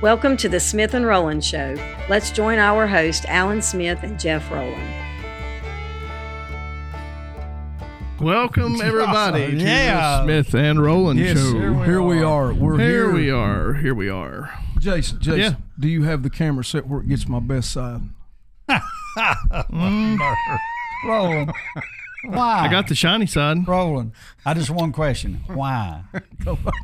Welcome to the Smith and Rowland Show. Let's join our host, Alan Smith and Jeff Rowland. Welcome everybody to Yeah. the Smith and Roland Yes, show. here we Here we are. We're Here here. we are. Here we are. Jason, Jason, Yeah. do you have the camera set where it gets my best side? Roland. Why? I got the shiny side. Roland. I just one question. Why?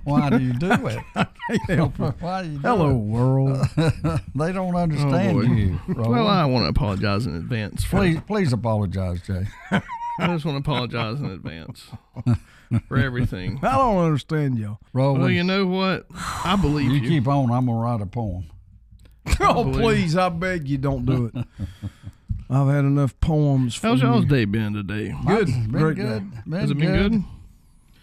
Why do you do it? Why do you do Hello, it? world. They don't Oh, understand boy. you. Roland. Well, I want to apologize in advance. For, please, please apologize, Jay. I just want to apologize in advance for everything. I don't understand y'all. Roland, Well, you, you know what? I believe you. keep on. I'm gonna write a poem. Oh, believe- please, I beg you, don't do it. I've had enough poems for How's y'all's you. day been today? Good. It's been Great good. day. Been Has it been good?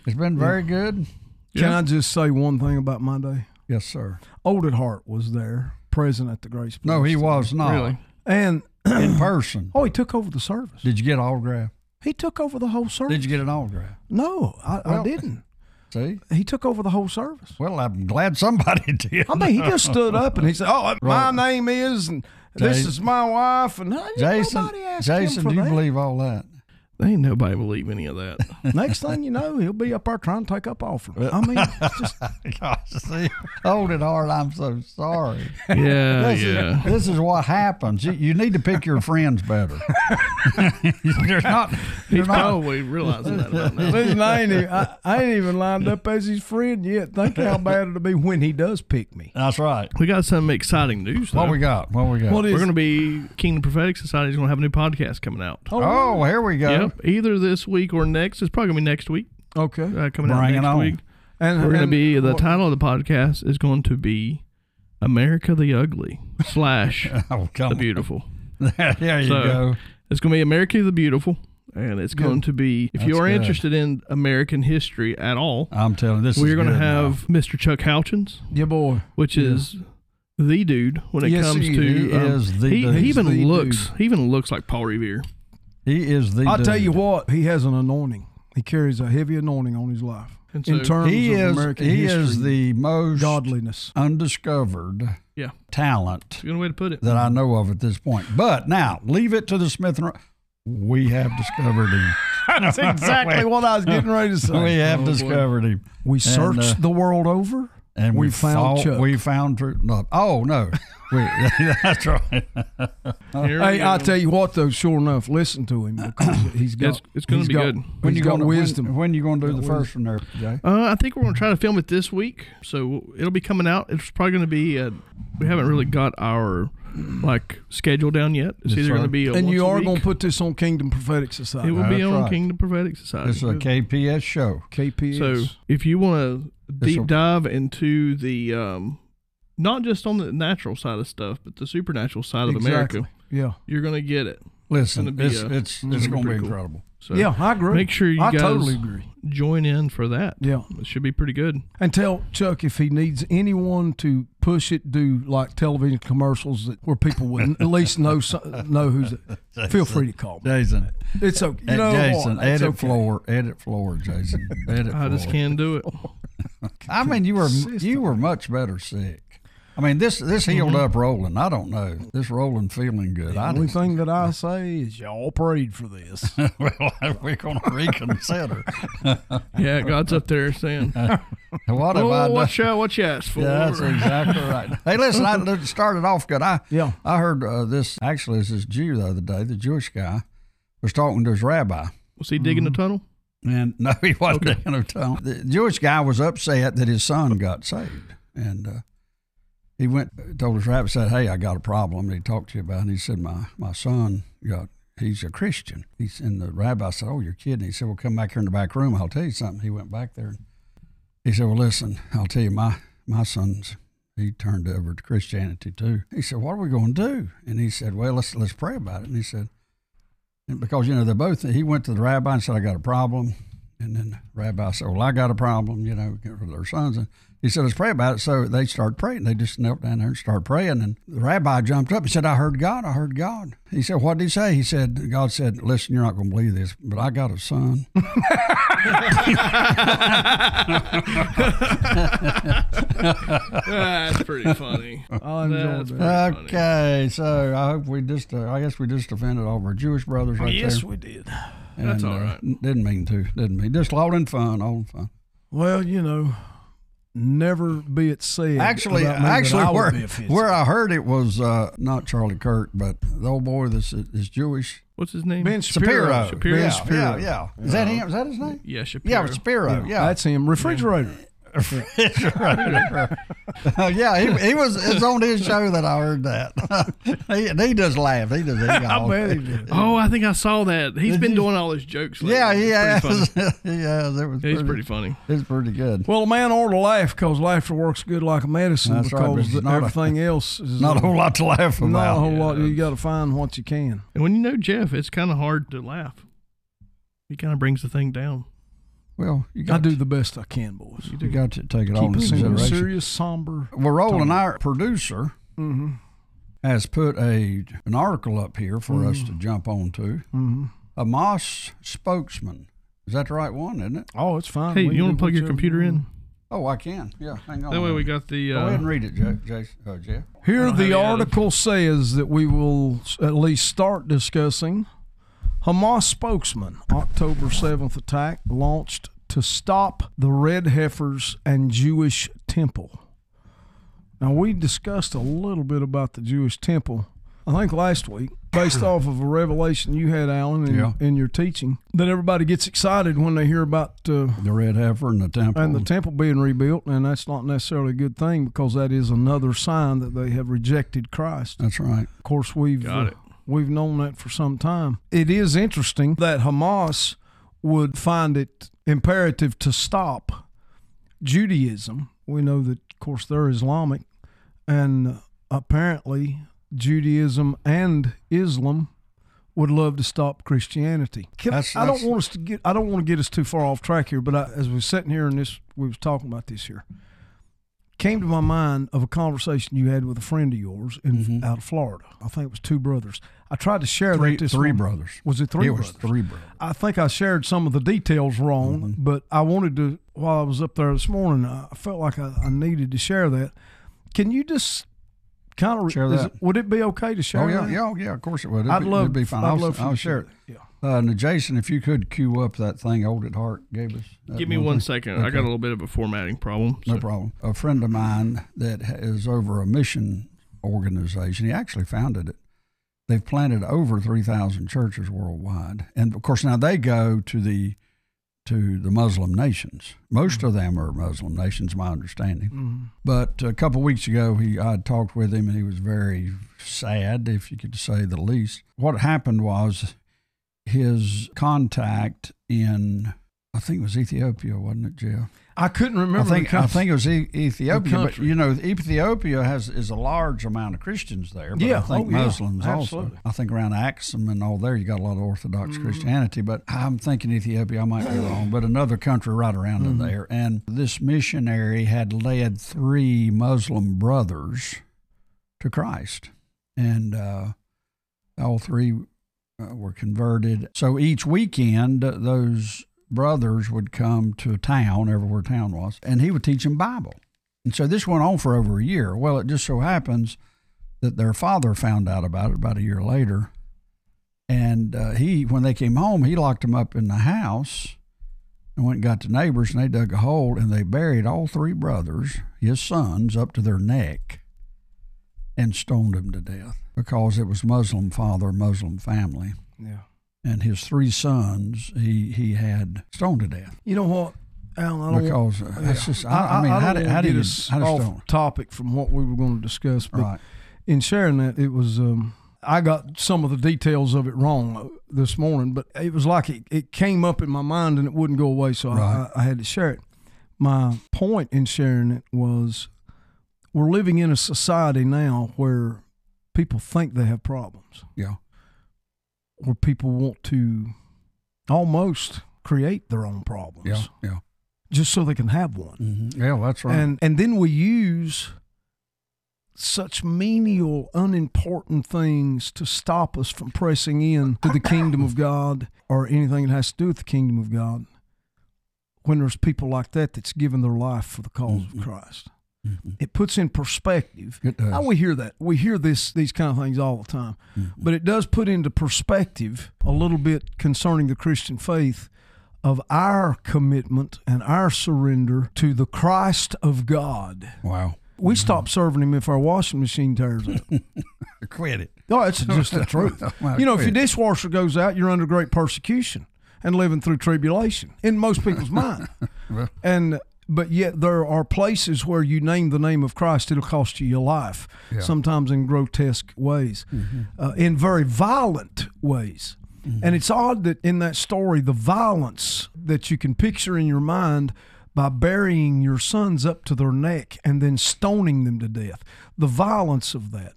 It's been very good. Can Yeah. I just say one thing about my day? Yes, sir. Old at Heart was there, present at the Grace Place. No, he was not Really? And, in person. oh, he took over the service. Did you get an autograph? He took over the whole service. Did you get an autograph? No, I, I Well- didn't. See? He took over the whole service. Well, I'm glad somebody did. I mean, he just stood up and he said, "Oh, my Right. name is, and this Jason- is my wife." And I- Jason, nobody asked him Jason, for do you that. believe all that? Ain't nobody believe any of that. Next thing you know, he'll be up there trying to take up offering. I mean, it's just Gosh, see, hold it hard. I'm so sorry. Yeah, This, Oh, yeah. is, this is what happens. You, you need to pick your friends better. you're not. You're He's not. probably realizing that about now. listen, I ain't, even, I, I ain't even lined up as his friend yet. Think how bad it'll be when he does pick me. That's right. We got some exciting news. Though. What we got? What we got? What We're is? going to be Kingdom Prophetic Society's going to have a new podcast coming out. oh, here we go. Yep, either this week or next. It's probably gonna be next week. okay. Uh, coming out Bring it next on. week. And We're gonna and be the what- title of the podcast is going to be America the Ugly slash Oh, the come on. Beautiful. there you So- go. It's gonna be America the Beautiful, and it's going to be if you That's are good. interested in American history at all, I'm telling you, this. we're is gonna good have Mr. Chuck Houchins, your boy. which is. The dude when it Yes, comes he- to um, he is the he, dude. he He's even the looks he even looks like Paul Revere. now. He is the. I'll tell dude. you what, he has an anointing. He carries a heavy anointing on his life And in so- terms He of is. American he history, is the most godliness. undiscovered Yeah, talent it's a good way to put it. that I know of at this point. But now, leave it to the Smith and. Ro- We have discovered him. That's exactly what I was getting ready to say. Oh, We have discovered him. We searched uh, the world over, and we, found fought- Chuck. We found truth. No. Oh no, we, that's right. Here we hey, I go. tell you what, though, sure enough, listen to him because he's got. It's- it's gonna he's be got- good. When you got gonna, wisdom, When, when you going to do the first one there, Jay? Uh, I think we're going to try to film it this week, so it'll be coming out. It's probably going to be. uh we haven't really got our like schedule down yet. It's Yes, either sir. going to be a and you once a are week. going to put this on Kingdom Prophetic it Society, will be That's on right. Kingdom Prophetic Uh, Society. This is a KPS show. KPS. so if you want to This deep will- dive into the um, not just on the natural side of stuff, but the supernatural side of America, Yeah, you're going to get it. Listen, gonna be it's uh, a- it's, gonna it's be going to be pretty cool. incredible. So yeah, I agree. make sure you I guys totally agree. join in for that. Yeah, It should be pretty good. and tell Chuck if he needs anyone to push it, do like television commercials that, where people would at least know so- know who's. it. Feel free to call me. Jason, It's okay. You eh, know Jason, what? It's edit okay. floor, edit floor, Jason, edit I floor. just can't do it. I mean, you were you were much better sick. I mean, this this healed up Roland. I don't know. This Roland feeling good. I The only didn't- thing that I say is y'all prayed for this. well, we're going to reconsider. Yeah, God's up there saying, what have I "Oh, done? what you what you asked for?" Yeah, that's exactly right. Hey, listen, I it started off good. I Yeah. I heard uh, this actually. This is Jew the other day. The Jewish guy was talking to his rabbi, Was he digging Mm-hmm. a tunnel? and no, he wasn't in a tunnel. The Jewish guy was upset that his son got saved, and uh, he went told his rabbi, said, "Hey, I got a problem." And he talked to you about, it. and he said, "My my son got." He's a Christian. He's and the rabbi said, "Oh, you're kidding." He said, "Well, come back here in the back room. I'll tell you something." He went back there. He said, "Well, listen, I'll tell you, my my son's he turned over to Christianity too." He said, "What are we going to do?" And he said, "Well, let's let's pray about it." And he said, and "Because you know they're both." He went to the rabbi and said, "I got a problem," and then the rabbi said, "Well, I got a problem." You know, get rid of their sons. And he said, "Let's pray about it." So they started praying. They just knelt down there and started praying. And the rabbi jumped up and said, "I heard God. I heard God." He said, "What did he say?" He said, "God said, listen, you're not going to believe this, but I got a son." That's pretty funny. I enjoyed That's that. pretty funny. Okay, so I hope we just, uh, I guess we just offended all of our Jewish brothers right there. uh, we did. That's all right. didn't mean to, didn't mean. Just all in fun, all in fun. Well, you know, never be it said. Actually, about me that actually, I would where, be offensive. where I heard it was uh, not Charlie Kirk, but the old boy that's is Jewish, What's his name? Ben Shapiro. Shapiro. Yeah, Ben yeah, yeah. Is that him? Is that his name? Yeah, Shapiro. Yeah, Spiro. Yeah, that's him. Refrigerator. Uh, yeah, he, he was. It's on his show that I heard that. he, he just laughed. He just. He got all- did. Oh, I think I saw that. He's been doing all his jokes. Lately. Yeah, he It's pretty has. funny. he has. It was. He's pretty funny. It's pretty good. Well, a man ought to laugh because laughter works good like a medicine That's right, but because it's not a- everything else is Not a whole lot to laugh about. not a whole Yeah, lot. You that's- got to find what you can. And when you know Jeff, it's kind of hard to laugh. He kind of brings the thing down. Well, you I got do To, the best I can, boys. you got to take it all Keep into it simple, consideration. serious, somber. Well, Roland, our producer, Mm-hmm. has put a an article up here for us to jump onto. Mm-hmm. A Moss spokesman. Is that the right one? Isn't it? Oh, it's fine. Hey, We you can want do to plug your whichever computer you in? want. Oh, I can. Yeah, hang on. That way we got the. Go ahead and Uh, read it, Ja- Jason. Uh, Jeff. Here, don't have the any other- article says that we will s- at least start discussing Hamas spokesman October 7th attack launched to stop the red heifers and Jewish temple. Now, we discussed a little bit about the Jewish temple, I think last week, based off of a revelation you had, Alan, in, Yeah. in your teaching, that everybody gets excited when they hear about uh, The red heifer and the temple. and the temple being rebuilt, and that's not necessarily a good thing because that is another sign that they have rejected Christ. That's right. Of course, we've uh, Got it. we've known that for some time. It is interesting that Hamas would find it imperative to stop Judaism. We know that, of course, they're Islamic, and apparently Judaism and Islam would love to stop Christianity. Can- That's- I don't that's- want us to get I don't want to get us too far off track here, but I, as we're sitting here and this we was talking about this here, came to my mind of a conversation you had with a friend of yours in out of Florida. I think it was two brothers. I tried to share Mm-hmm. Three, that this three one- brothers. Was it three it brothers? was three Mm-hmm. brothers. I think I shared some of the details wrong, but I wanted to, while I was up there this morning, I felt like I, I needed to share that. Can you just kind of Share that. would it be okay to share Oh yeah, that? yeah, oh, yeah. Of course it would. It'd I'd be, love, it'd be fine. I'd will love for you I'll to share it. Yeah. Uh, now, Jason, if you could queue up that thing "Old at Heart" gave us. that give me one thing. second. I got a little bit of a formatting problem. No so- problem. A friend of mine that ha- is over a mission organization, he actually founded it. They've planted over 3,000 churches worldwide. And of course, now they go to the to the Muslim nations. Most of them are Muslim nations, my understanding. But a couple of weeks ago, he I talked with him, and he was very sad, if you could say the least. What happened was his contact in, I think it was Ethiopia, wasn't it, Jeff? I couldn't remember. I think the I think it was E- Ethiopia, but country. you know Ethiopia has is a large amount of Christians there. But I Yeah. think Oh, yeah. Muslims also. Absolutely. I think around Axum and all there, you got a lot of Orthodox Christianity. But I'm thinking Ethiopia. I might be wrong, but another country right around in there. And this missionary had led three Muslim brothers to Christ, and uh, all three uh, were converted. So each weekend, uh, those brothers would come to a town, everywhere town was, and he would teach them Bible. And so this went on for over a year. Well, it just so happens that their father found out about it about a year later, and uh, he, when they came home, he locked them up in the house. And went and got the neighbors, and they dug a hole, and they buried all three brothers, his sons, up to their neck and stoned him to death because it was Muslim father, Muslim family, yeah. and his three sons he he had stoned to death You know what, Alan? I don't because uh, that's just I, I mean how, don't do, wanna how do get you us how do you off stone topic from what we were going to discuss? But right in sharing that, it was um, I got some of the details of it wrong uh, this morning, but it was like it, it came up in my mind and it wouldn't go away, so Right. I, I had to share it. My point in sharing it was we're living in a society now where people think they have problems, yeah where people want to almost create their own problems yeah yeah just so they can have one. Mhm. yeah that's right Mm-hmm. And and then we use such menial, unimportant things to stop us from pressing in to the kingdom of God or anything that has to do with the kingdom of God. When there's people like that that's given their life for the because of Christ, It puts in perspective. Mm-hmm. It does. Mm-hmm. How we hear that? We hear this these kind of things all the time. But it does put into perspective a little bit concerning the Christian faith of our commitment and our surrender to the Christ of God. Wow. We stop serving him if our washing machine tears out. Quit it. No, it's just the truth. Well, you know, if your quit. dishwasher goes out, you're under great persecution and living through tribulation in most people's mind. and but yet there are places where you name the name of Christ, it'll cost you your life. Sometimes in grotesque ways, uh, in very violent ways. And it's odd that in that story, the violence that you can picture in your mind by burying your sons up to their neck and then stoning them to death. The violence of that.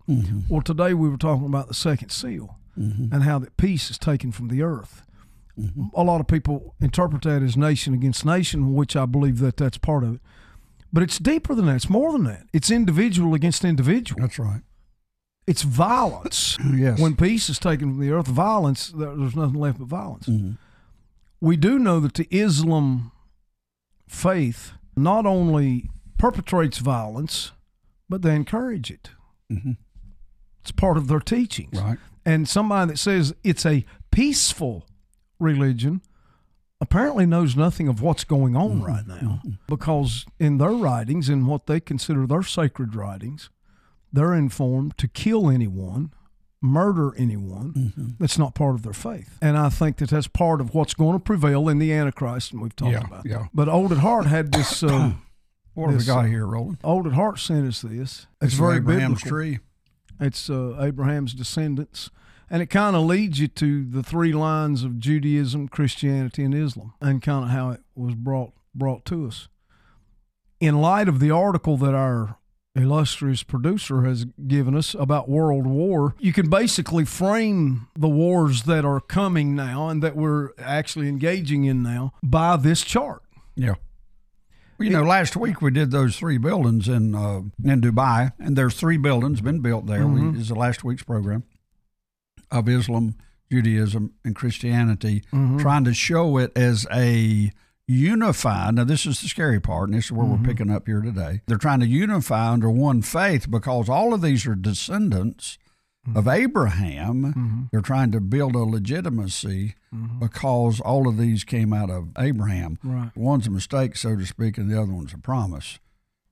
Well, today we were talking about the second seal Mm-hmm. and how that peace is taken from the earth. A lot of people interpret that as nation against nation, which I believe that that's part of it. But it's deeper than that. It's more than that. It's individual against individual. That's right. It's violence. Yes. When peace is taken from the earth, violence, there- there's nothing left but violence. Mm-hmm. We do know that the Islam faith not only perpetrates violence, but they encourage it. Mm-hmm. It's part of their teachings. right. And somebody that says it's a peaceful religion apparently knows nothing of what's going on Mm-hmm. right now because in their writings in what they consider their sacred writings they're informed to kill anyone murder anyone Mm-hmm. that's not part of their faith and i think that that's part of what's going to prevail in the antichrist and we've talked Yeah, about yeah. that but old at heart had this uh, What have we This- got here, Roland? old at heart sent us this uh, It's very Abraham's biblical. tree. It's uh, Abraham's descendants. And it kind of leads you to the three lines of Judaism, Christianity, and Islam, and kind of how it was brought brought to us. In light of the article that our illustrious producer has given us about world war, you can basically frame the wars that are coming now and that we're actually engaging in now by this chart. Yeah. Well, you know, last week we did those three buildings in uh, in Dubai, and there's three buildings been built there. We- This is the last week's program of Islam, Judaism, and Christianity, trying to show it as a unified. Now, this is the scary part, and this is where we're picking up here today. They're trying to unify under one faith because all of these are descendants of Abraham. They're trying to build a legitimacy because all of these came out of Abraham. Right. One's a mistake, so to speak, and the other one's a promise.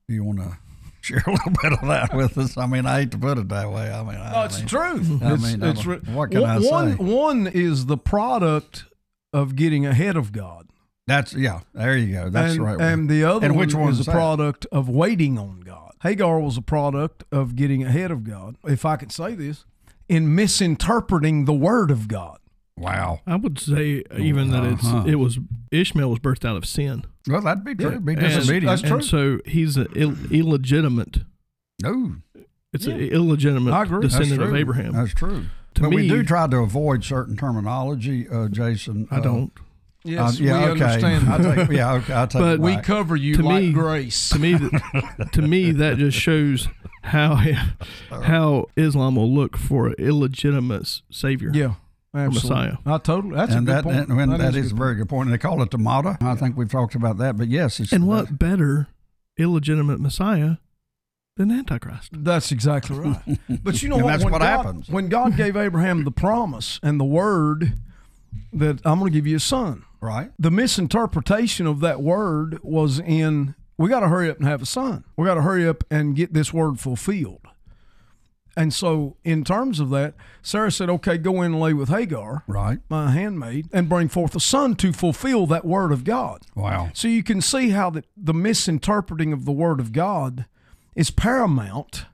Do you want to share a little bit of that with us? I mean, I hate to put it that way. I mean, I No, Oh, it's mean, the truth. I it's, mean, it's I'm- re- what can I one, say? One is the product of getting ahead of God. that's yeah. There you go. That's and, the right. And way. the other And one which one's is a that? product of waiting on God. Hagar was a product of getting ahead of God, if I can say this, in misinterpreting the word of God. wow. I would say even that it's Uh-huh. it was Ishmael was birthed out of sin. Well, that'd be true. Be And- disobedient. that's true. And so he's an Ill, illegitimate. No, It's an illegitimate I agree. That's that's descendant true. of Abraham. That's true. To but we me- do try to avoid certain terminology, uh, Jason. I uh, don't. uh, yeah, okay. I take, yeah, okay. I take But it we back. cover you To me- grace. to me, th- to me, that just shows how how Islam will look for an illegitimate s- savior. yeah, absolutely. Messiah. I totally. That's and a good that, point. and when that is, a a good very good point. And they call it the Mata. I think we've talked about that. But yes, it's And what better illegitimate Messiah than Antichrist? That's exactly right. But you know And what? that's when what God, happens. When God gave Abraham the promise and the word that I'm going to give you a son, right? the misinterpretation of that word was in we got to hurry up and have a son. We got to hurry up and get this word fulfilled. And so, in terms of that, Sarah said, okay, go in and lay with Hagar, Right. my handmaid, and bring forth a son to fulfill that word of God. Wow. So you can see how that the misinterpreting of the Word of God is paramount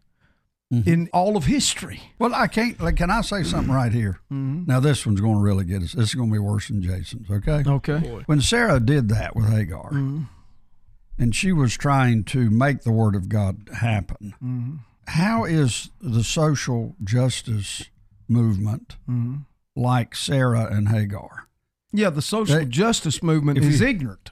Mm-hmm. in all of history. Well, I can't. Like, can I say something right here? Mm-hmm. Now, this one's going to really get us. This is going to be worse than Jason's. Okay. Okay. When Sarah did that with Hagar, Mm-hmm. and she was trying to make the word of God happen, Mm-hmm. how is the social justice movement Mm-hmm. like Sarah and Hagar? Yeah, the social They- justice movement if is you- ignorant.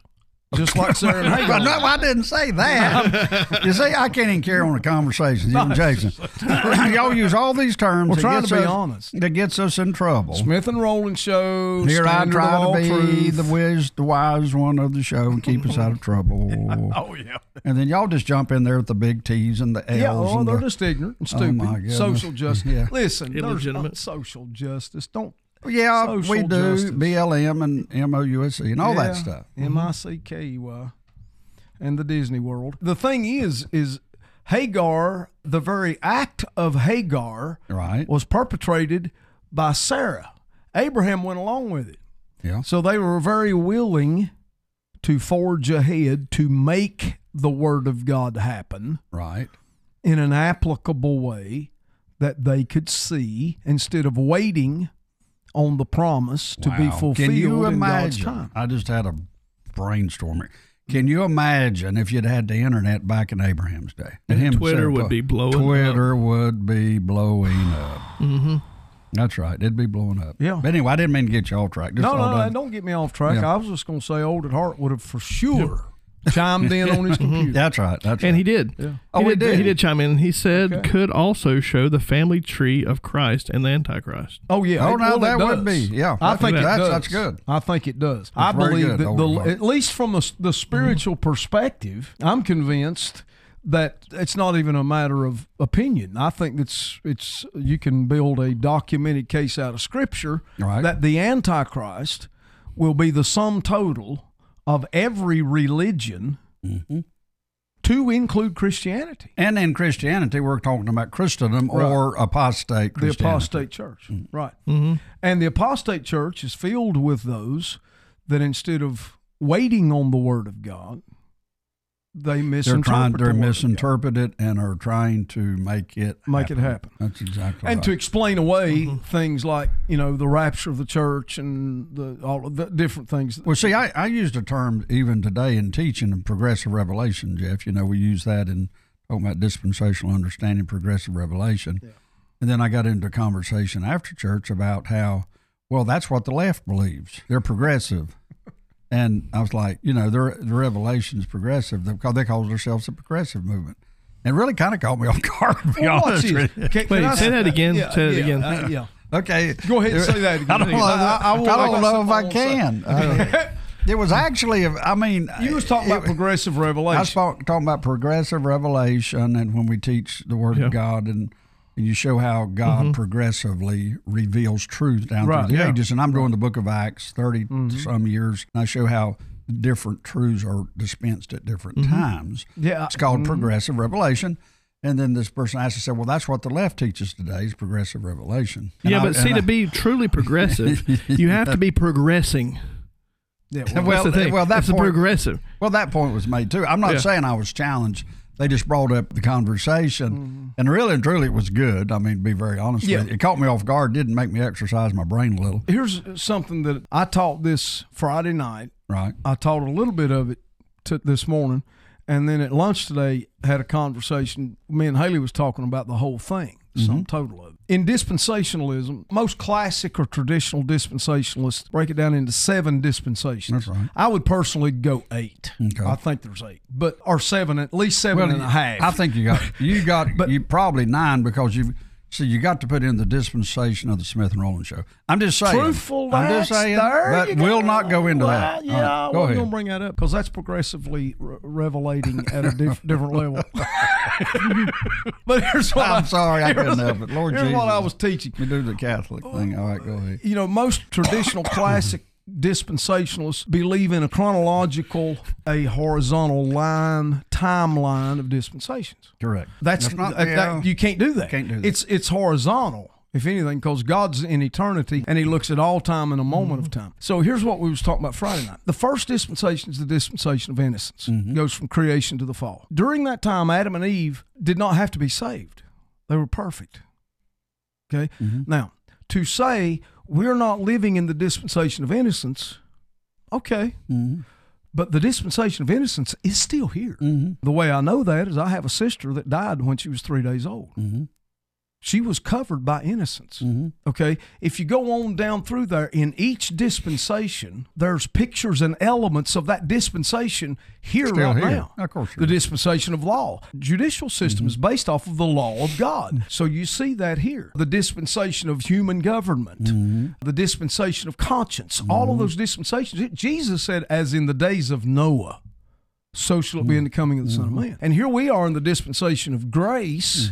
just like Sarah and Well, Hagar. no, I didn't say that. you see, I can't even carry on a conversation, you and Jason. Y'all use all these terms. We're that trying to gets be us- honest. That gets us in trouble. Smith and Rowland show. Here I standard of try all to be truth. the wise, the wise one of the show and keep us out of trouble. Oh yeah, And then y'all just jump in there with the big T's and the L's. yeah. Oh, and they're the, just ignorant and Oh, stupid. my goodness. Social justice. Yeah. Listen, there's Illegitimate. not social justice. Don't yeah, we social do justice. BLM and MOUSE E and all that stuff. Mm-hmm. M I C K U I, and the Disney World. The thing is, is Hagar. The very act of Hagar Right. was perpetrated by Sarah. Abraham went along with it. Yeah. So they were very willing to forge ahead to make the word of God happen Right. in an applicable way that they could see instead of waiting on the promise to be Wow. fulfilled Can you in God's imagine? time. I just had a brainstorming. Can you imagine if you'd had the internet back in Abraham's day? And him Twitter saying, would "Well, be blowing up." Twitter would be blowing up. mm-hmm. That's right. It'd be blowing up. Yeah. But anyway, I didn't mean to get you off track. Just No, all no, no, done. don't get me off track. Yeah. I was just going to say Old at Heart would have for sure chimed in on his computer. That's right. That's And right. he did. Oh, he he did. did. He did chime in. He said Okay. could also show the family tree of Christ and the Antichrist. Oh yeah. Oh, it- no, well, that it would does. be- yeah, I that- think it that's- does. that's good. I think it does. I very believe good, Mm-hmm. that the, Overlook. at least from the, the spiritual perspective, I'm convinced that it's not even a matter of opinion. I think that's it's you can build a documented case out of Scripture Right. that the Antichrist will be the sum total of every religion. Mm-hmm. To include Christianity. And in Christianity, we're talking about Christendom Right. or apostate the Christianity. Mm. apostate church right Mm-hmm. and the apostate church is filled with those that instead of waiting on the word of god they They're misinterpret trying. the They're Word of misinterpret it and are trying to make it God. make it happen That's exactly and right. to explain away things like you know the rapture of the church and the all of the different things Well, see, I, I used a term even today in teaching in progressive revelation, Jeff. You know, we use that in talking about dispensational understanding, progressive revelation. And then I got into a conversation after church about how, well, that's what the left believes. They're progressive. And I was like, you know, their the revelation's progressive. They call, they call themselves a progressive movement. And really kind of caught me off guard, to be Well, honest watch with this. you. Can- can Wait, I say that again. yeah, Say that yeah, again. uh, yeah Okay. Go ahead and say that I again. don't, know, I, I- I will- don't know if I I will say- can. Uh, it was actually, I mean, you was talking about it- progressive revelation I was talk- talking about progressive revelation, and when we teach the Word Yeah. Mm-hmm. of God, and, and you show how God progressively reveals truth down Right, through the yeah. ages. And I'm doing the Book of Acts, 30 Mm-hmm. some years, and I show how different truths are dispensed at different Mm-hmm. times. uh, Yeah. it's called progressive revelation. And then this person asked, I said, "Well, that's what the left teaches today is progressive revelation." And yeah, I- but see, and to I- be truly progressive, you have to be progressing. yeah, well, That's well, the thing. well, that it's a point- progressive. Well, that point was made too. I'm not Yeah. saying I was challenged. They just brought up the conversation, and really and truly, it was good. I mean, to be very honest Mm-hmm. Yeah. with you, it caught me off guard. Didn't make me exercise my brain a little. here's something that i taught this friday night Right. I taught a little bit of it to this morning, and then at lunch today had a conversation. Me and Haley was talking about the whole thing, Mm-hmm. some total of it. In dispensationalism, most classic or traditional dispensationalists break it down into seven dispensations. That's right. I would personally go eight. Okay. I think there's eight, but or seven at least seven and a half. I think you got you got But- you probably nine because you see you got to put in the dispensation of the Smith and Rowland show. I'm just saying truthful. I'm that's just saying, there but you we'll not go into Well, that. Yeah, All right, I go wasn't ahead. gonna bring that up because that's progressively re- revelating at a diff- different level. but here's what I'm I- sorry, I here's- couldn't help it. Lord here's Jesus. what I was teaching. We do the Catholic thing. All right, go ahead. You know, most traditional classic dispensationalists believe in a chronological, a horizontal line timeline of dispensations. Correct. That's, That's not that- the, that- uh, you can't do that. can't do that. It's it's horizontal, if anything, because God's in eternity and He looks at all time in a moment Mm-hmm. of time. So here's what we was talking about Friday night. The first dispensation is the dispensation of innocence. Mm-hmm. Goes from creation to the fall. During that time, Adam and Eve did not have to be saved. They were perfect. Okay. Mm-hmm. Now to say we're not living in the dispensation of innocence, okay. But the dispensation of innocence is still Mm-hmm. Mm-hmm. here. The way I know that is I have a sister that died when she was three days old. she was covered by innocence. Okay. If you go on down through there, in each dispensation, there's pictures and elements of that dispensation here Still right here. now. Of course Mm-hmm. there The dispensation of law. Judicial system is based off of the law of God. So you see that here. The dispensation of human Mm-hmm. government, the dispensation of conscience, all of those dispensations. Jesus said, as in the days of Noah so shall it be in the coming of the Son of Man. And here we are in the dispensation of grace.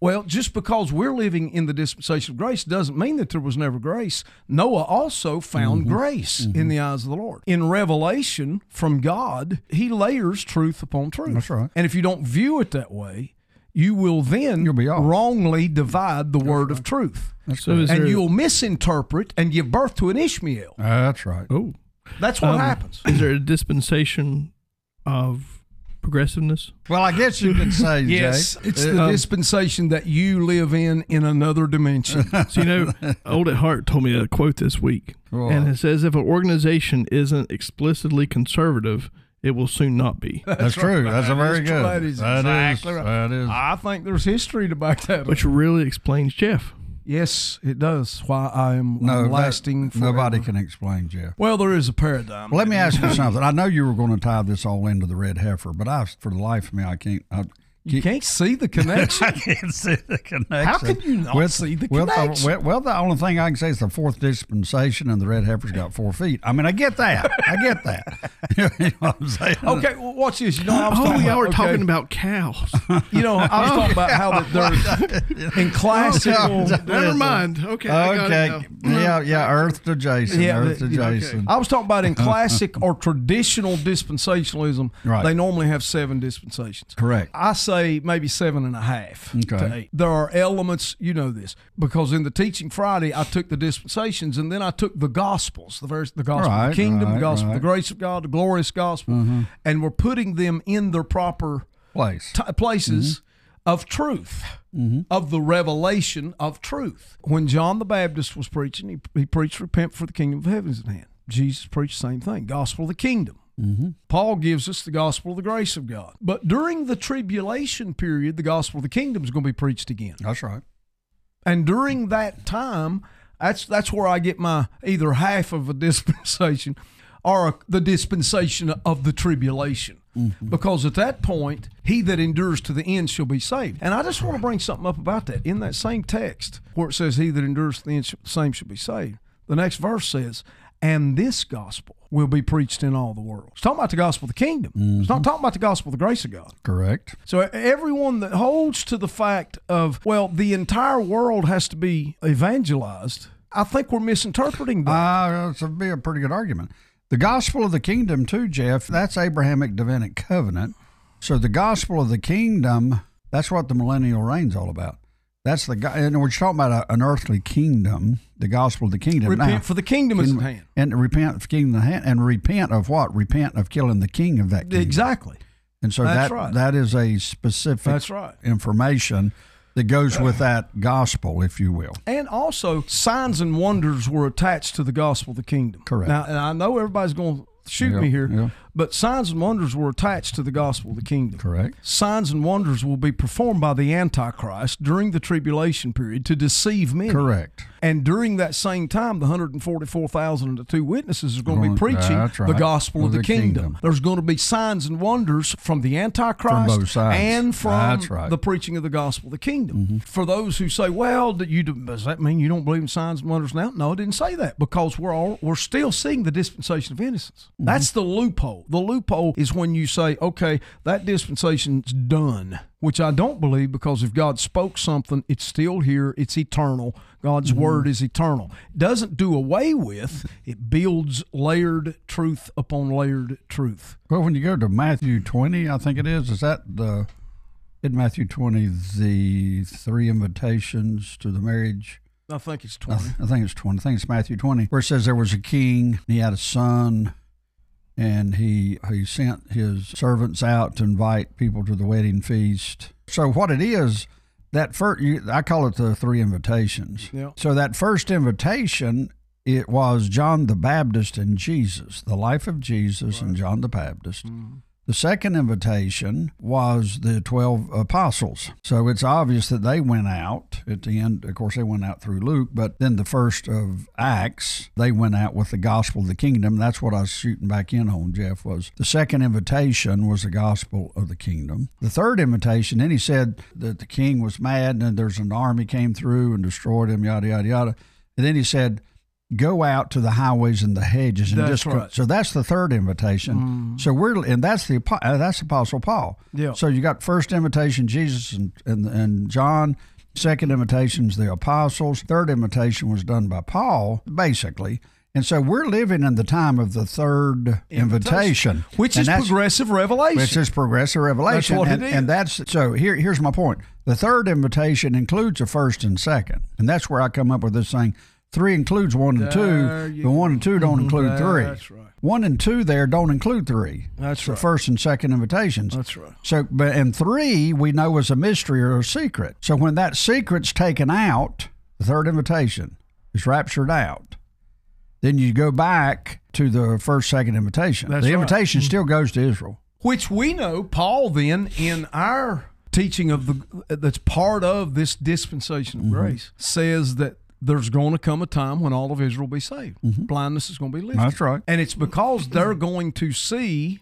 Well, just because we're living in the dispensation of grace doesn't mean that there was never grace. Noah also found Mm-hmm. grace in the eyes of the Lord. In revelation from God, he layers truth upon truth. That's right. And if you don't view it that way, you will then You'll be off. wrongly divide the word of truth. So is And there, you'll misinterpret and give birth to an Ishmael. That's right. oh, That's what Um, happens. is there a dispensation of progressiveness? Well, I guess you could say, Yes, Jay, Uh, Uh, it's um, the dispensation that you live in in another dimension. So you know, Old at Heart told me a quote this week, Well. and it says, "If an organization isn't explicitly conservative, it will soon not be." that's true. That's a very good. That is That exactly right. That is. I think there's history to back that up. Which really explains Jeff. Yes, it does. Why I am no, I'm that- lasting. forever. nobody can explain, Jeff. Well, there is a paradigm. Well, let me ask you something. I know you were going to tie this all into the red heifer, but I, for the life of me, I can't. I, you can't see the connection. I can't see the connection. How can you not see the well, connection? well, well, the only thing I can say is the fourth dispensation, and the red heifer's got four feet. I mean, I get that. I get that. you know what I'm saying? okay, well, watch this. You know, I was Oh, talking y'all were about, okay, talking about Oh, cows. You know, I was talking about how that there's Oh, in classical. Never mind. Okay. I got it Okay. now. Yeah, yeah. Earth to Jason. Yeah, Earth to but- yeah, okay. Jason. I was talking about in classic or traditional dispensationalism. Right. They normally have seven dispensations. Correct. I say maybe seven and a half. Okay. To eight. There are elements, you know this, because in the teaching Friday, I took the dispensations and then I took the gospels, the verse, the gospel of Right, the kingdom, right, the gospel of right. Mm-hmm. the grace of God, the glorious gospel, and we're putting them in their proper Place. t- places of truth, of the revelation of truth. When John the Baptist was preaching, he, he preached, Repent for the kingdom of heaven is at hand. Jesus preached the same thing, gospel of the kingdom. Paul gives us the gospel of the grace of God. But during the tribulation period, the gospel of the kingdom is going to be preached again. That's right. And during that time, that's that's where I get my either half of a dispensation or a, the dispensation of the tribulation. Because at that point, he that endures to the end shall be saved. And I just want to bring something up about that. In that same text where it says, He that endures to the end, sh- same shall be saved, the next verse says, And this gospel will be preached in all the world. It's talking about the gospel of the kingdom, it's not talking about the gospel of the grace of God. Correct. So everyone that holds to the fact of well, the entire world has to be evangelized. I think we're misinterpreting that. Uh, it's would be a pretty good argument. The gospel of the kingdom, too, Jeff, that's Abrahamic Divinic covenant. So the gospel of the kingdom, that's what the millennial reign's all about. That's the guy, and we're talking about a, an earthly kingdom, the gospel of the kingdom. Repent, now, for the kingdom is at hand. and repent of kingdom of the hand, and repent of what? Repent of killing the king of that kingdom. Exactly. And so That's that right. that is a specific That's right. information that goes with that gospel, if you will. And also, signs and wonders were attached to the gospel of the kingdom. Correct. Now, and I know everybody's going to shoot Yeah, me here, yeah. but signs and wonders were attached to the gospel of the kingdom. Correct. Signs and wonders will be performed by the Antichrist during the tribulation period to deceive many. Correct. And during that same time, the 144,000 and the two witnesses are going to be Going- preaching Oh, that's right. the gospel of Of the, the kingdom. kingdom. There's going to be signs and wonders from the From Antichrist both sides. and from That's right. the preaching of the gospel of the kingdom. Mm-hmm. For those who say, well, do you, does that mean you don't believe in signs and wonders now? No, I didn't say that because we're, all, we're still seeing the dispensation of innocence. Mm-hmm. That's the loophole. The loophole is when you say, okay, that dispensation's done. Which I don't believe because if God spoke something, it's still here. It's eternal. God's Mm-hmm. word is eternal. It doesn't do away with, it builds layered truth upon layered truth. Well, when you go to Matthew 20, I think it is, is that the, in Matthew 20, the three invitations to the marriage? I think it's I, 20. th- I think it's 20. I think it's Matthew 20, where it says there was a king, he had a son, and he, he sent his servants out to invite people to the wedding feast. So, what it is, that first, I call it the three invitations. Yeah. So, that first invitation, it was John the Baptist and Jesus, the life of Jesus and John the Baptist. The second invitation was the 12 apostles. So it's obvious that they went out at the end. Of course, they went out through Luke, but then the first of Acts, they went out with the gospel of the kingdom. That's what I was shooting back in on, Jeff, was the second invitation was the gospel of the kingdom. The third invitation, then he said that the king was mad and then there's an army came through and destroyed him, yada, yada, yada. And then he said, go out to the highways and the hedges and That's just co- right. so that's the third invitation so we're and that's the apo- uh, that's apostle paul Mm-hmm. Yeah. so you got first invitation jesus and and, and john second invitation's the apostles third invitation was done by paul basically and so we're living in the time of the third invitation, Which And is that's- progressive revelation. which is progressive revelation. That's what and, it and that's so here here's my point. The third invitation includes a first and second. And that's where I come up with this thing. Three includes one and There two, you but one and two don't include three. That's right. One and two there don't include three. That's the right. first and second invitations. That's right. So but and three we know is a mystery or a secret. So when that secret's taken out, the third invitation is raptured out. Then you go back to the first, second invitation. That's the right. Mm-hmm. invitation still goes to Israel. Which we know Paul then in our teaching of the that's part of this dispensation of grace says that there's going to come a time when all of Israel will be saved. Blindness is going to be lifted. That's right. And it's because they're going to see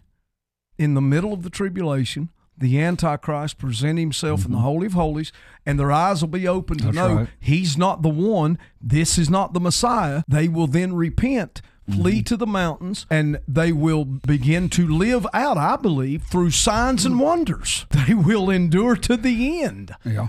in the middle of the tribulation the Antichrist present himself in the Holy of Holies, and their eyes will be open to Mm-hmm. That's know right. he's not the one, this is not the Messiah. They will then repent. Flee Mm-hmm. to the mountains, and they will begin to live out, I believe, through signs Mm. and wonders. They will endure to the end. Yeah.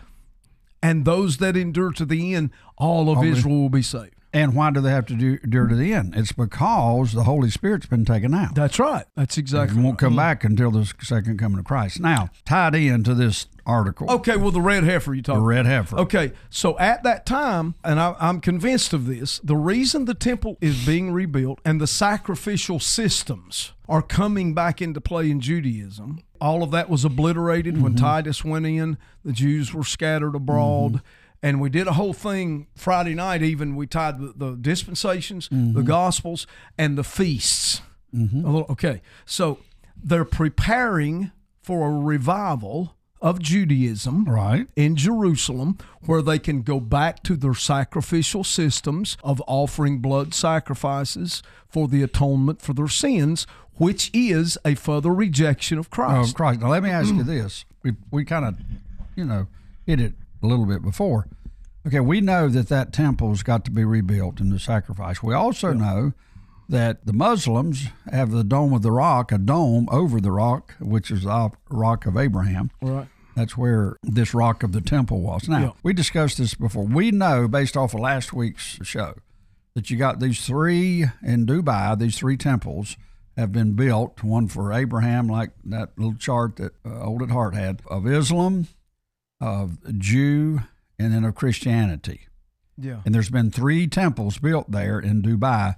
And those that endure to the end, all of Israel will be saved. And why do they have to do do it to the end? It's because the Holy Spirit's been taken out. That's right. That's exactly It won't right. come back until the second coming of Christ. Now, tied into this article, Okay, well, the red heifer you talk the red heifer. Okay, so at that time, and I, I'm convinced of this, the reason the temple is being rebuilt and the sacrificial systems are coming back into play in Judaism, all of that was obliterated when Mm-hmm. Titus went in, the Jews were scattered abroad. Mm-hmm. And we did a whole thing Friday night, even. We tied the, the dispensations, Mm-hmm. the gospels, and the feasts. A little, okay, so they're preparing for a revival of Judaism Right. in Jerusalem where they can go back to their sacrificial systems of offering blood sacrifices for the atonement for their sins, which is a further rejection of Of Christ. Oh, Mm-hmm. Christ. Now, let me ask you this. We, we kind of, you know, hit it a little bit before. Okay, we know that that temple's got to be rebuilt and the sacrifice. We also know that the Muslims have the Dome of the Rock, a dome over the rock, which is the op- Rock of Abraham. Right. That's where this rock of the temple was. Now, Yeah. we discussed this before. We know, based off of last week's show, that you got these three in Dubai, these three temples have been built one for Abraham, like that little chart that uh, Old at Heart had, of Islam, of Jew, and then of Christianity. Yeah. And there's been three temples built there in Dubai,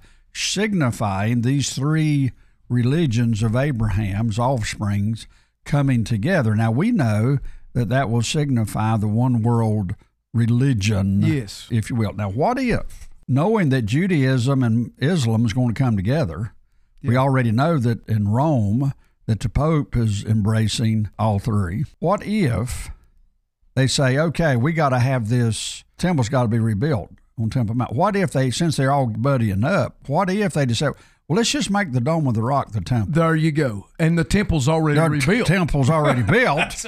signifying these three religions of Abraham's offsprings coming together. Now, we know that that will signify the one world religion, Yes. if you will. Now, what if, knowing that Judaism and Islam is going to come together, we already know that in Rome, that the Pope is embracing all three. What if they say, okay, we got to have this temple's got to be rebuilt on Temple Mount. What if they, since they're all buddying up, what if they decide, well, let's just make the Dome of the Rock the temple? There you go. And the temple's already The rebuilt. temple's already built,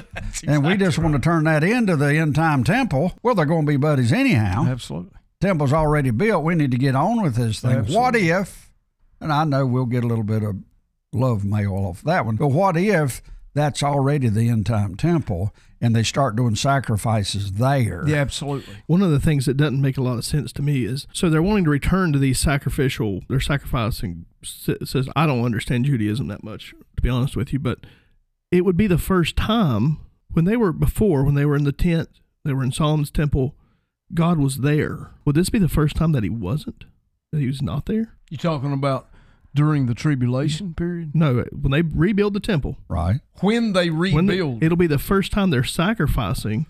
and we just want to turn that into the end time temple. Well, they're going to be buddies anyhow. Absolutely. Temple's already built. We need to get on with this thing. What Absolutely. if, and I know we'll get a little bit of love mail off that one, but what if that's already the end time temple and they start doing sacrifices there? Yeah, absolutely. One of the things that doesn't make a lot of sense to me is so they're wanting to return to these sacrificial, they're sacrificing. s- Says, I don't understand Judaism that much, to be honest with you, but it would be the first time when they were before, when they were in the tent, they were in Solomon's temple, God was there. Would this be the first time that he wasn't? That he was not there? You talking about during the tribulation period? No, uh, when they rebuild the temple, Right? When they when they- rebuild. it'll be the first time they're sacrificing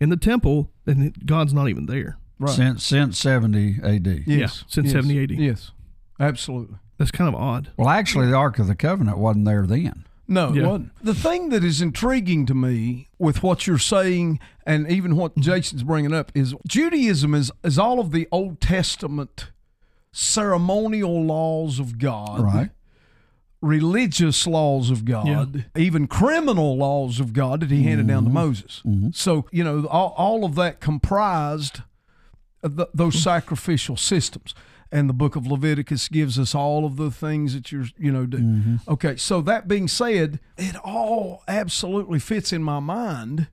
in the temple and it- God's not even there. right. since since 70 AD. yeah, since 70, 80. Yes. Absolutely. That's kind of odd. Well, actually, the Ark of the Covenant wasn't there then. No, it Yeah. wasn't. The thing that is intriguing to me with what you're saying and even what Mm-hmm. Jason's bringing up is Judaism is, is all of the Old Testament ceremonial laws of God, Right. religious laws of God, even criminal laws of God that he handed down to Moses. So, you know, all, all of that comprised of th those sacrificial systems. And the book of Leviticus gives us all of the things that you're, you know, do. Okay, so that being said, it all absolutely fits in my mind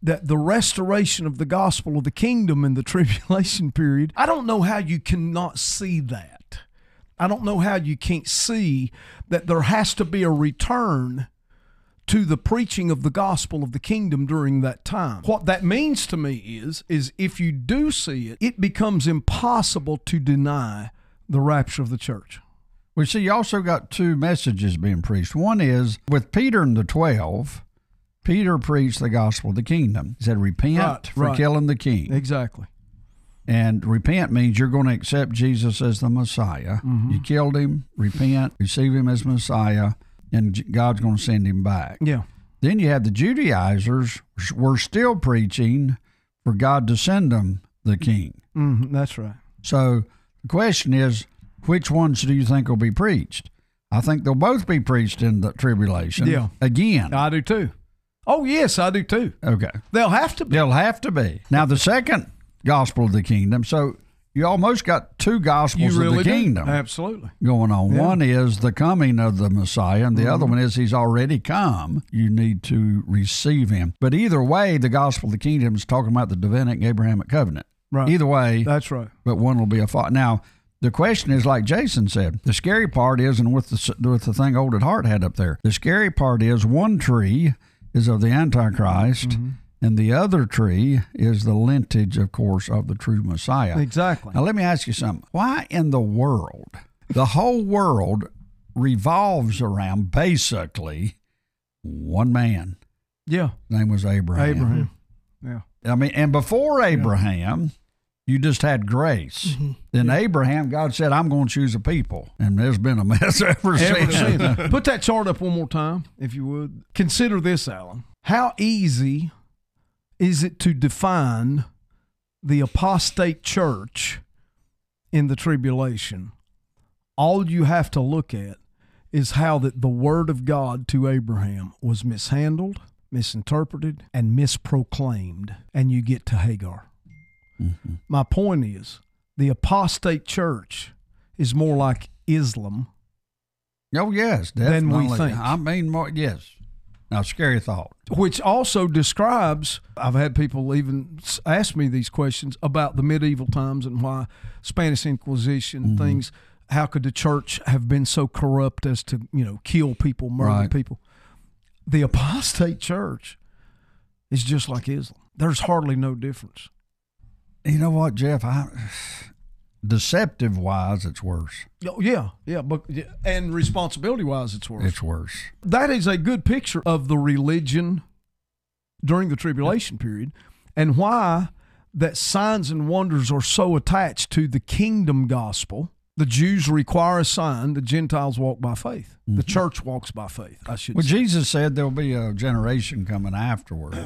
that the restoration of the gospel of the kingdom in the tribulation period, I don't know how you cannot see that. I don't know how you can't see that there has to be a return to the preaching of the gospel of the kingdom during that time. What that means to me is is if you do see it, it becomes impossible to deny the rapture of the church. Well, see, you also got two messages being preached. One is with Peter and the 12, Peter preached the gospel of the kingdom. He said, Repent Right, for right. killing the king. Exactly. And repent means you're going to accept Jesus as the Messiah. Mm-hmm. You killed him, repent, receive him as Messiah, and J- God's going to send him back. Yeah. Then you have the Judaizers s- were still preaching for God to send them the king. hmm that's right. So the question is, which ones do you think will be preached? I think they'll both be preached in the tribulation. Yeah. Again. I do too. Oh yes, I do too. Okay. They'll have to be. They'll have to be. Now the second gospel of the kingdom. So you almost got two gospels you really of do. the kingdom. Absolutely. going on. Yeah. Mm-hmm. One is the coming of the Messiah, and the other one is he's already come. You need to receive him. But either way, the gospel of the kingdom is talking about the Davidic Abrahamic covenant. Right. Either way, That's right. but one will be a fight. Now, the question is, like Jason said, the scary part is, and with the with the thing old at heart had up there, the scary part is one tree is of the Antichrist. Mm-hmm. And the other tree is the lintage, of course, of the true Messiah. Exactly. Now, let me ask you something. Why in the world? The whole world revolves around basically one man. Yeah. His name was Abraham. Abraham. Yeah. I mean, and before Abraham, you just had grace. Mm-hmm. Then Abraham, God said, I'm going to choose a people. And there's been a mess ever, Ever since. since. Put that chart up one more time, if you would. Consider this, Alan. How easy is it to define the apostate church in the tribulation? All you have to look at is how that the word of God to Abraham was mishandled, misinterpreted, and misproclaimed, and you get to Hagar. My point is the apostate church is more like Islam Oh, yes, Than we definitely. think. I mean, more, yes. Now, scary thought. which also describes i've had people even s- ask me these questions about the medieval times and why spanish inquisition things how could the church have been so corrupt as to you know kill people murder Right. people the apostate church is just like islam there's hardly no difference You know what, Jeff? I, deceptive wise, it's worse. Oh, yeah yeah but yeah, and responsibility wise it's worse It's worse. that is a good picture of the religion during the tribulation period and why that signs and wonders are so attached to the kingdom gospel. The Jews require a sign, the Gentiles walk by faith. The church walks by faith, I should Mm-hmm. Well, say. Jesus said there'll be a generation coming afterward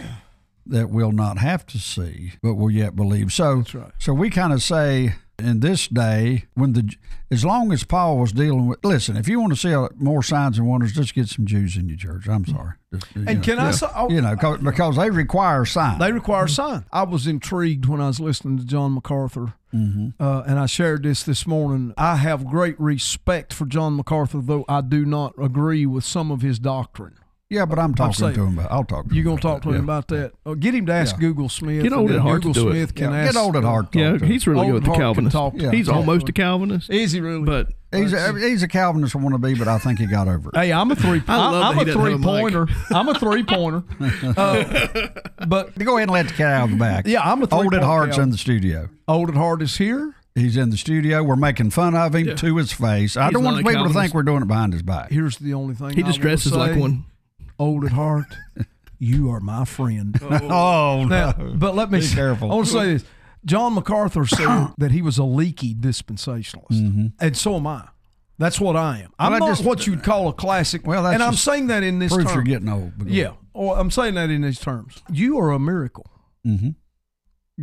that will not have to see, but will yet believe. So, right. so we kind of say in this day when the as long as Paul was dealing with. Listen, if you want to see a- more signs and wonders, just get some Jews in your church. I'm sorry. Just, you And know, can I say, oh, you know 'cause- because they require signs. They require a sign. I was intrigued when I was listening to John MacArthur, Mm-hmm. uh, and I shared this this morning. I have great respect for John MacArthur, though I do not agree with some of his doctrine. yeah, but I'm talking saying- to him. About, I'll talk. To You him gonna about talk to that. him Yeah. about that? Or get him to ask Yeah. Google Smith. Get and old then at heart to Google do it. Smith Can Yeah, ask, get old at heart. Talk Yeah, to him. he's really Old good with the Hart can Calvinists. talk. Yeah. he's Yeah. almost a Calvinist, Is he really? but He's a, he's a Calvinist wannabe, but I think he got over it. hey, I'm a three. I love I'm that a he doesn't three have a mic. pointer. I'm a three pointer. Uh, but Go ahead and let the cat out of the bag. Yeah, I'm a old three-point at heart's Calvin. in the studio. old at heart is here. He's in the studio. We're making fun of him to his face. I He's don't not want a people to think Calvinist. we're doing it behind his back. Here's the only thing he I just will dresses like say. one. Old at heart, you are my friend. Oh, Now, but let me Be say- careful. I want to say this: Mm-hmm. John MacArthur said that he was a leaky dispensationalist, and so am I. That's what I am. I'm Well, I not just- what you'd call a classic. Well, that's and I'm just saying that in this Proof term. you're getting old. but go Yeah, or I'm saying that in these terms. You are a miracle. ahead. Mhm.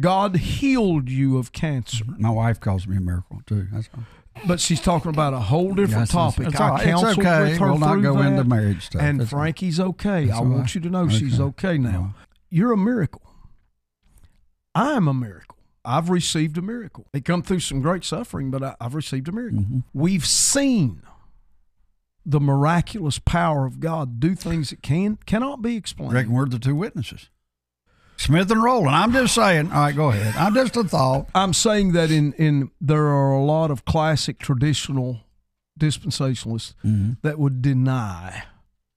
God healed you of cancer, My wife calls me a miracle too. That's all. but she's talking about a whole different Yes, topic. it's all I right. It's counseled okay. with her We'll not through go that, into marriage stuff. And That's all right. Frankie's okay. That's I all want right. you to know she's Okay. okay now. You're a miracle. I'm a miracle. I've received a miracle. It come through some great suffering, but I, I've received a miracle. Mhm. We've seen the miraculous power of God do things that can cannot be explained. Reckon we're the two witnesses. Smith and Rowland. I'm just saying. All right, go ahead. I'm just a thought. I'm saying that in in there are a lot of classic traditional dispensationalists Mm-hmm. that would deny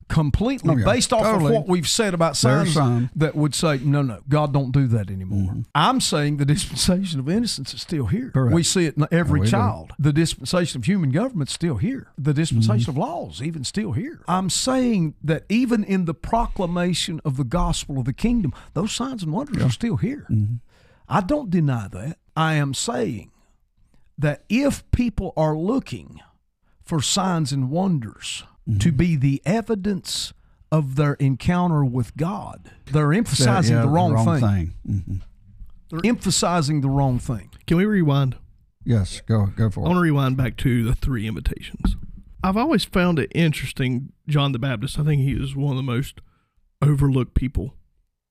completely Oh, yeah. based off Totally. of what we've said about There are signs some. that would say no no God don't do that anymore. Mm-hmm. I'm saying the dispensation of innocence is still here. Correct. We see it in every Oh, we do. child. The dispensation of human government's still here. The dispensation of laws even still here. I'm saying that even in the proclamation of the gospel of the kingdom, those signs and wonders are still here. Mm-hmm. I don't deny that. I am saying that if people are looking for signs and wonders Mm-hmm. to be the evidence of their encounter with God, they're emphasizing Yeah, the wrong, thing. Mhm. They're emphasizing the wrong thing. Can we rewind? Yes, go go I for want it. to rewind back to the three invitations. I've always found it interesting, John the Baptist. I think he is one of the most overlooked people.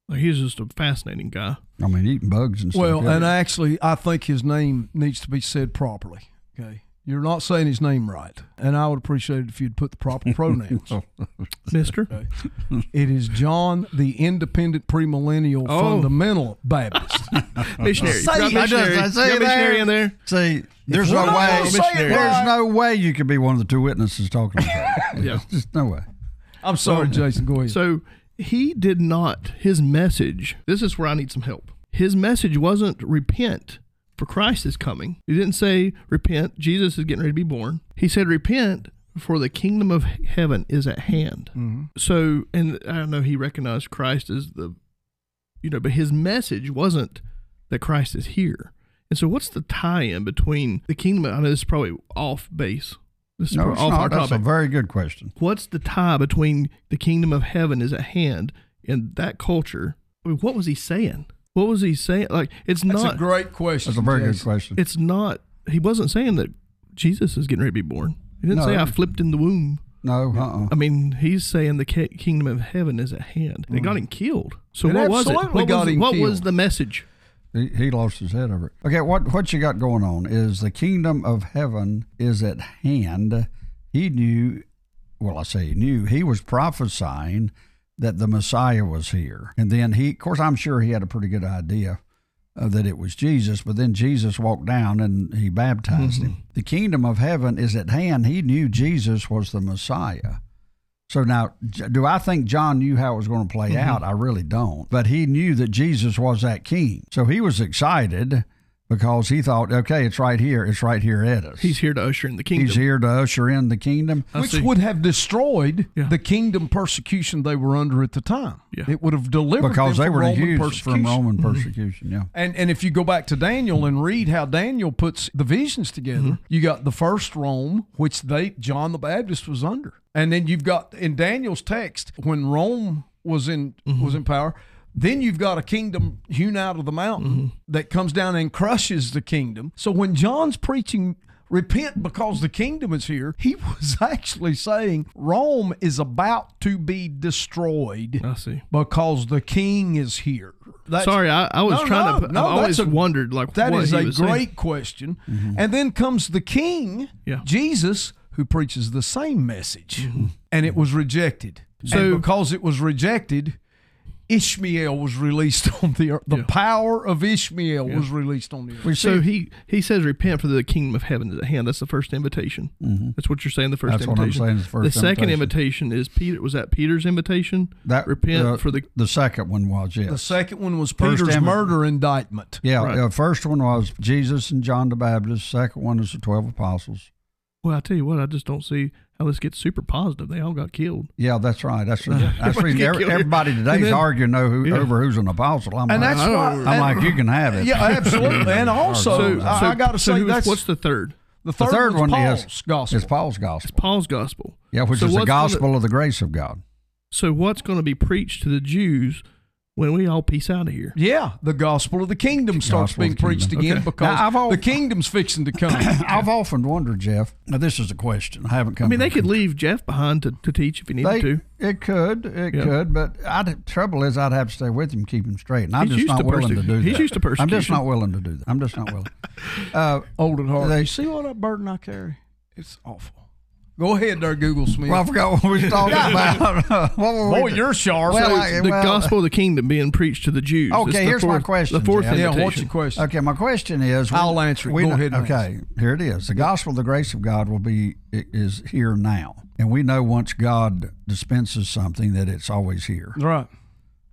Like, he's just a fascinating guy. I mean, eating bugs and stuff. Well, yeah. and actually, I think his name needs to be said properly. Okay. You're not saying his name right. And I would appreciate it if you'd put the proper Oh. pronouns. Mister, it is John the Independent Premillennial Oh. Fundamental Baptist. missionary, You got it. I just- missionary. I say You got missionary there. in there. See, there's we're no not way. gonna say it There's right. no way you could be one of the two witnesses talking about Yeah. it. There's just no way. I'm sorry, Jason. Go ahead. So he did not, his message, this is where I need some help. His message wasn't repent, for Christ is coming. He didn't say repent, Jesus is getting ready to be born. He said repent, for the kingdom of heaven is at hand. Mm-hmm. So, and I don't know, he recognized Christ as the, you know, but his message wasn't that Christ is here. And so, what's the tie in between the kingdom? I know this is probably off base. This is No, probably it's off not. our That's topic a very good question. what's the tie between the kingdom of heaven is at hand and that culture? I mean, what was he saying? What was he saying? Like it's That's not a great question. That's a very good Jason. question. it's not he wasn't saying that Jesus is getting ready to be born. He didn't No. say I flipped in the womb. No, uh-uh. I mean, he's saying the ki- kingdom of heaven is at hand. They got him killed. So It what was it? Mm. absolutely What, got was, him what was killed. the message? He, he lost his head over it. Okay, what what you got going on is the kingdom of heaven is at hand. He knew, well, I say he knew. He was prophesying that the Messiah was here, and then he, of course, I'm sure he had a pretty good idea uh, that it was Jesus. But then Jesus walked down and he baptized him. The kingdom of heaven is at hand. He knew Jesus was the Messiah. So now, J- do I think John knew how it was going to play Mm-hmm. out? I really don't. But he knew that Jesus was that king. So he was excited because he thought, okay, it's right here. It's right here at us. He's here to usher in the kingdom. He's here to usher in the kingdom. I which see. would have destroyed Yeah. the kingdom persecution they were under at the time. Yeah. It would have delivered Because them they from were Roman huge persecution. from Roman Mm-hmm. persecution. Yeah. And and if you go back to Daniel and read how Daniel puts the visions together, you got the first Rome, which they John the Baptist was under, and then you've got in Daniel's text when Rome was in was in power. Then you've got a kingdom hewn out of the mountain that comes down and crushes the kingdom. So when John's preaching repent because the kingdom is here, he was actually saying Rome is about to be destroyed I see. because the king is here. That's, Sorry, I, I was No, trying no, to. no, I've always that's a- wondered like that what is he a great was saying. question. Mm-hmm. And then comes the king, Yeah. Jesus, who preaches the same message, Mm-hmm. and it was rejected. So So- because it was rejected, Ishmael was released on the earth. The Yeah. power of Ishmael was released on the earth. We So see- he he says, "Repent, for the kingdom of heaven is at hand." That's the first invitation. That's what you're saying. The first Mm-hmm. That's what I'm invitation. saying is the first second invitation. invitation is Peter. Was that Peter's invitation? that repent uh, for the. the second one was yes. The second one was First Peter's Amendment. murder indictment. yeah, Right. uh, first one was Jesus and John the Baptist. Second one is the twelve apostles. Well, I tell you what, I just don't see how this gets super positive. They all got killed. Yeah, that's right. That's that's Everybody reason get every, killed. everybody today's And then- arguing over, who, Yeah. over who's an apostle. I'm And like, that's I don't- why. I'm I'm and- like, you can have it. yeah, absolutely. And also, So- I, I got to so say who's- that's what's the third? The third, third one's one Paul's is gospel. It's Paul's gospel. Paul's gospel. Yeah, which So is the what's gonna- gospel of the grace of God. So what's going to be preached to the Jews when we all peace out of here? Yeah, the gospel of the kingdom starts Gospel of being the preached kingdom. again Okay. because Now, I've al- the kingdom's fixing to come. I've often wondered, Jeff. Now, this is a question. I haven't come. I mean, to they a could conclusion. leave Jeff behind to, to teach if he needed They- to. It could. It Yeah. could. But i trouble is, I'd have to stay with him, keep him straight, and I'm He's just used not to willing to persecu- do that. he's used to I'm just persecution. not willing to do that. I'm just not willing. Uh, Old at heart. They- you see what a burden I carry? It's awful. Go ahead there, Google Smith. well, I forgot what we was talking about. what were we Boy, you're sharp. Well, So I- the well- gospel of the kingdom being preached to the Jews. Okay, It's the here's my fourth- question, The fourth Jeff. yeah, what's invitation. your question? Okay, my question is. I'll answer it. Go ahead and Okay, here it is. The gospel of the grace of God will be i- is here now, and we know once God dispenses something that it's always here. Right.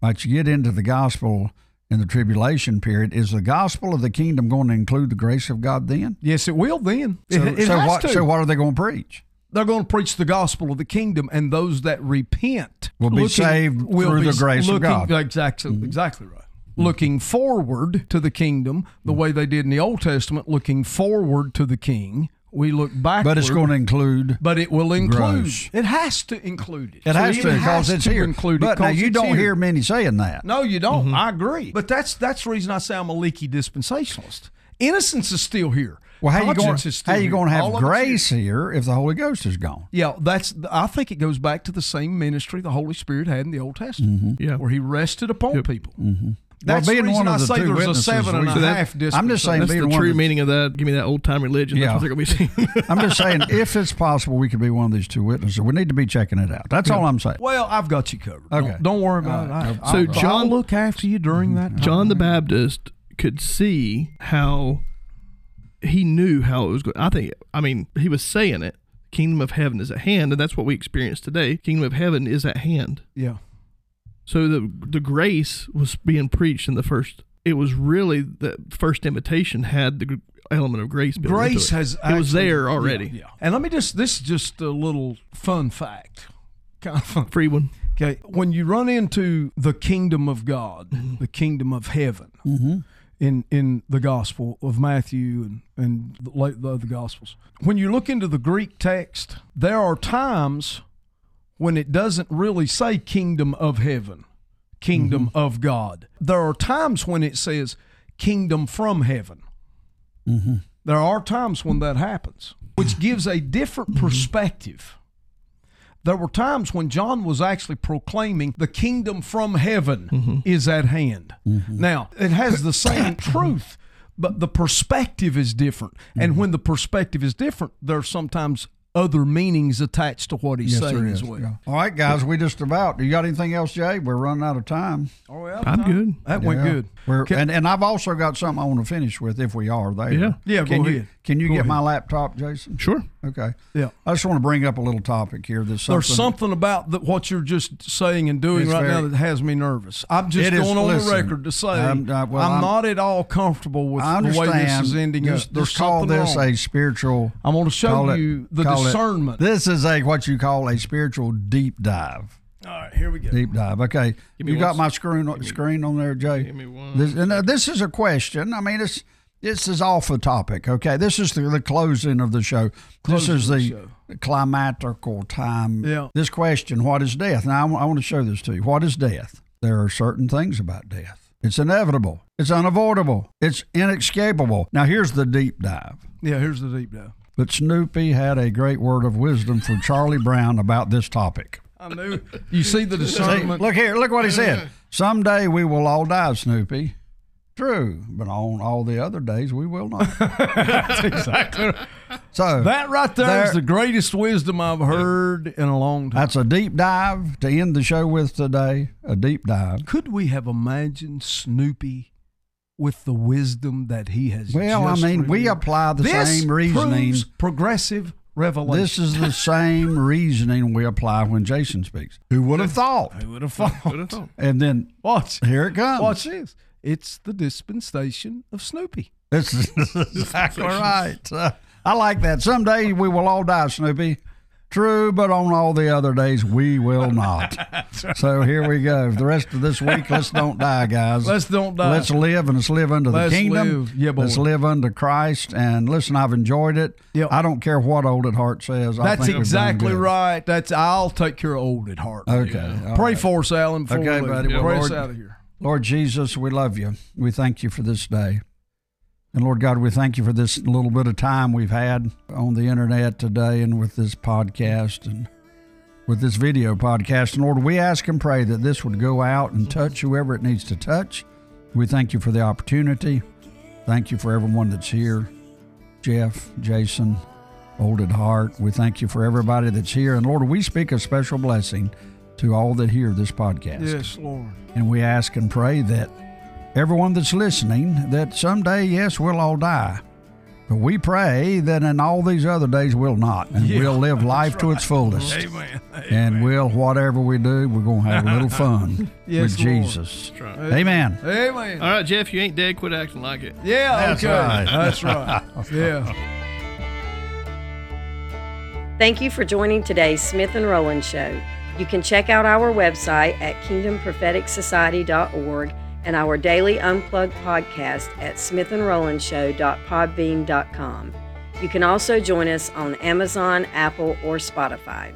But you get into the gospel in the tribulation period. Is the gospel of the kingdom going to include the grace of God then? Yes, it will then. So, it, it so has what? to. So what are they going to preach? They're going to preach the gospel of the kingdom, and those that repent Will be saved through the grace of looking- God. Mm-hmm. Exactly, exactly right. Looking forward to the kingdom, the Mm-hmm. way they did in the Old Testament, looking forward to the King. We look back, But it's going to include. But it will include. Gross. It has to include it. It So has to because it's here. Include it but now 'cause you it's don't here. hear many saying that. No, you don't. I agree. Mm-hmm. But that's that's the reason I say I'm a leaky dispensationalist. Innocence is still here. Well, how you Conscience going? is still How you here. going to have All of it's here. grace here if the Holy Ghost is gone? Yeah, that's. I think it goes back to the same ministry the Holy Spirit had in the Old Testament, Yeah. where He rested upon people. Mm-hmm. Well, That's being the reason one of I the say two there's a witnesses, seven and we- a So that- half. I'm just saying dispensation. That's Being the one true that's- meaning of that. Give me that old time religion. That's what Yeah. they're going to be seeing. I'm just saying, if it's possible, we could be one of these two witnesses. We need to be checking it out. That's all I'm saying. well, I've got you covered. Okay. Don't, don't worry about it. I, So I'll, John- I'll Mm-hmm. look after you during that. Time. John the Baptist could see how he knew how it was going. I think, I mean, he was saying it. Kingdom of heaven is at hand, and that's what we experience today. Kingdom of heaven is at hand. Yeah. So the the grace was being preached in the first. It was really the first invitation had the gr- element of grace. built into Grace it. has. it was actually- there already. Yeah, yeah. And let me just. This is just a little fun fact. Kind of fun. Free one. Okay, when you run into the kingdom of God, the kingdom of heaven, in in the Gospel of Matthew and and the, late- the other Gospels, when you look into the Greek text, there are times when it doesn't really say kingdom of heaven, kingdom Mm-hmm. of God. There are times when it says kingdom from heaven. Mm-hmm. There are times when that happens, which gives a different Mm-hmm. perspective. There were times when John was actually proclaiming the kingdom from heaven Mm-hmm. is at hand. Now, it has the same truth, but the perspective is different. And Mm-hmm. when the perspective is different, there are sometimes other meanings attached to what he's saying as well. Yeah. All right, guys, we just about. You got anything else, Jay? We're running out of time. Are we out of I'm time? good. Oh, That went Yeah. good. We're, Can- and, and I've also got something I want to finish with if we are there. Yeah. Yeah, can go you, ahead. Can you Go get ahead. my laptop, Jason? Sure. Okay. Yeah. I just want to bring up a little topic here. There's something. There's something about the, what you're just saying and doing It's right now very- that has me nervous. I'm just It is- going on listen, the record to say I'm- I'm, uh, well, I'm- not at all comfortable with I the way understand. this is ending. Just, up. There's just call something this wrong. a spiritual. I'm going to call show it- you the call it- discernment. this is a what you call a spiritual deep dive. all right, here we go. Deep dive. Okay, me you got my screen screen on there, Jay. Give me one. This, and uh, this is a question. I mean, it's this is off the topic. Okay, this is the, the closing of the show. this Closing is of the the, climatical time. Yeah. This question: What is death? Now, I want to show this to you. What is death? There are certain things about death. It's inevitable. It's unavoidable. It's inescapable. Now, here's the deep dive. Yeah, here's the deep dive. But Snoopy had a great word of wisdom from Charlie Brown about this topic. I knew. You see the See, discernment. look here, look what he said. Someday we will all die, Snoopy. True, but on all the other days we will not. exactly. So That right there is There- the greatest wisdom I've heard in a long time. that's a deep dive to end the show with today. A deep dive. Could we have imagined Snoopy with the wisdom that he has? Well, I just mean, we revealed? apply the This same reasoning. proves progressive revelation. This is the same reasoning we apply when Jason speaks. Who would have thought? I would have thought. And then Watch, here it comes. watch this. It's the dispensation of Snoopy. This is exactly right. Uh, I like that. Someday we will all die, Snoopy. True, but on all the other days, we will not. so here we go. The rest of this week, let's don't die, guys. Let's don't die. Let's live and let's live under Let's the kingdom. live. Yeah, boy. let's live under Christ. And listen, I've enjoyed it. Yep. I don't care what Old at Heart says. I That's think we've done exactly good. right. That's I'll take care of old at heart. Okay. all Pray right. for us, Alan. before Okay, we leave. buddy. Well, Pray us Lord- out of here. Lord Jesus, we love you. We thank you for this day. And Lord God, we thank you for this little bit of time we've had on the internet today and with this podcast and with this video podcast. And Lord, we ask and pray that this would go out and touch whoever it needs to touch. We thank you for the opportunity. Thank you for everyone that's here Jeff, Jason, Old at Heart. We thank you for everybody that's here. And Lord, we speak a special blessing to all that hear this podcast. Yes, Lord. And we ask and pray that everyone that's listening, that someday, yes, we'll all die. But we pray that in all these other days, we'll not. And Yeah, we'll live life to its fullest. Amen. And we'll, whatever we do, we're going to have a little fun Yes, with Lord. Jesus. That's right. Amen. Amen. All right, Jeff, you ain't dead. Quit acting like it. Yeah. That's okay. right. That's right. yeah. Thank you for joining today's Smith and Rowland Show. You can check out our website at kingdompropheticsociety.org and our daily unplugged podcast at smithandrolandshow.podbean.com. You can also join us on Amazon, Apple, or Spotify.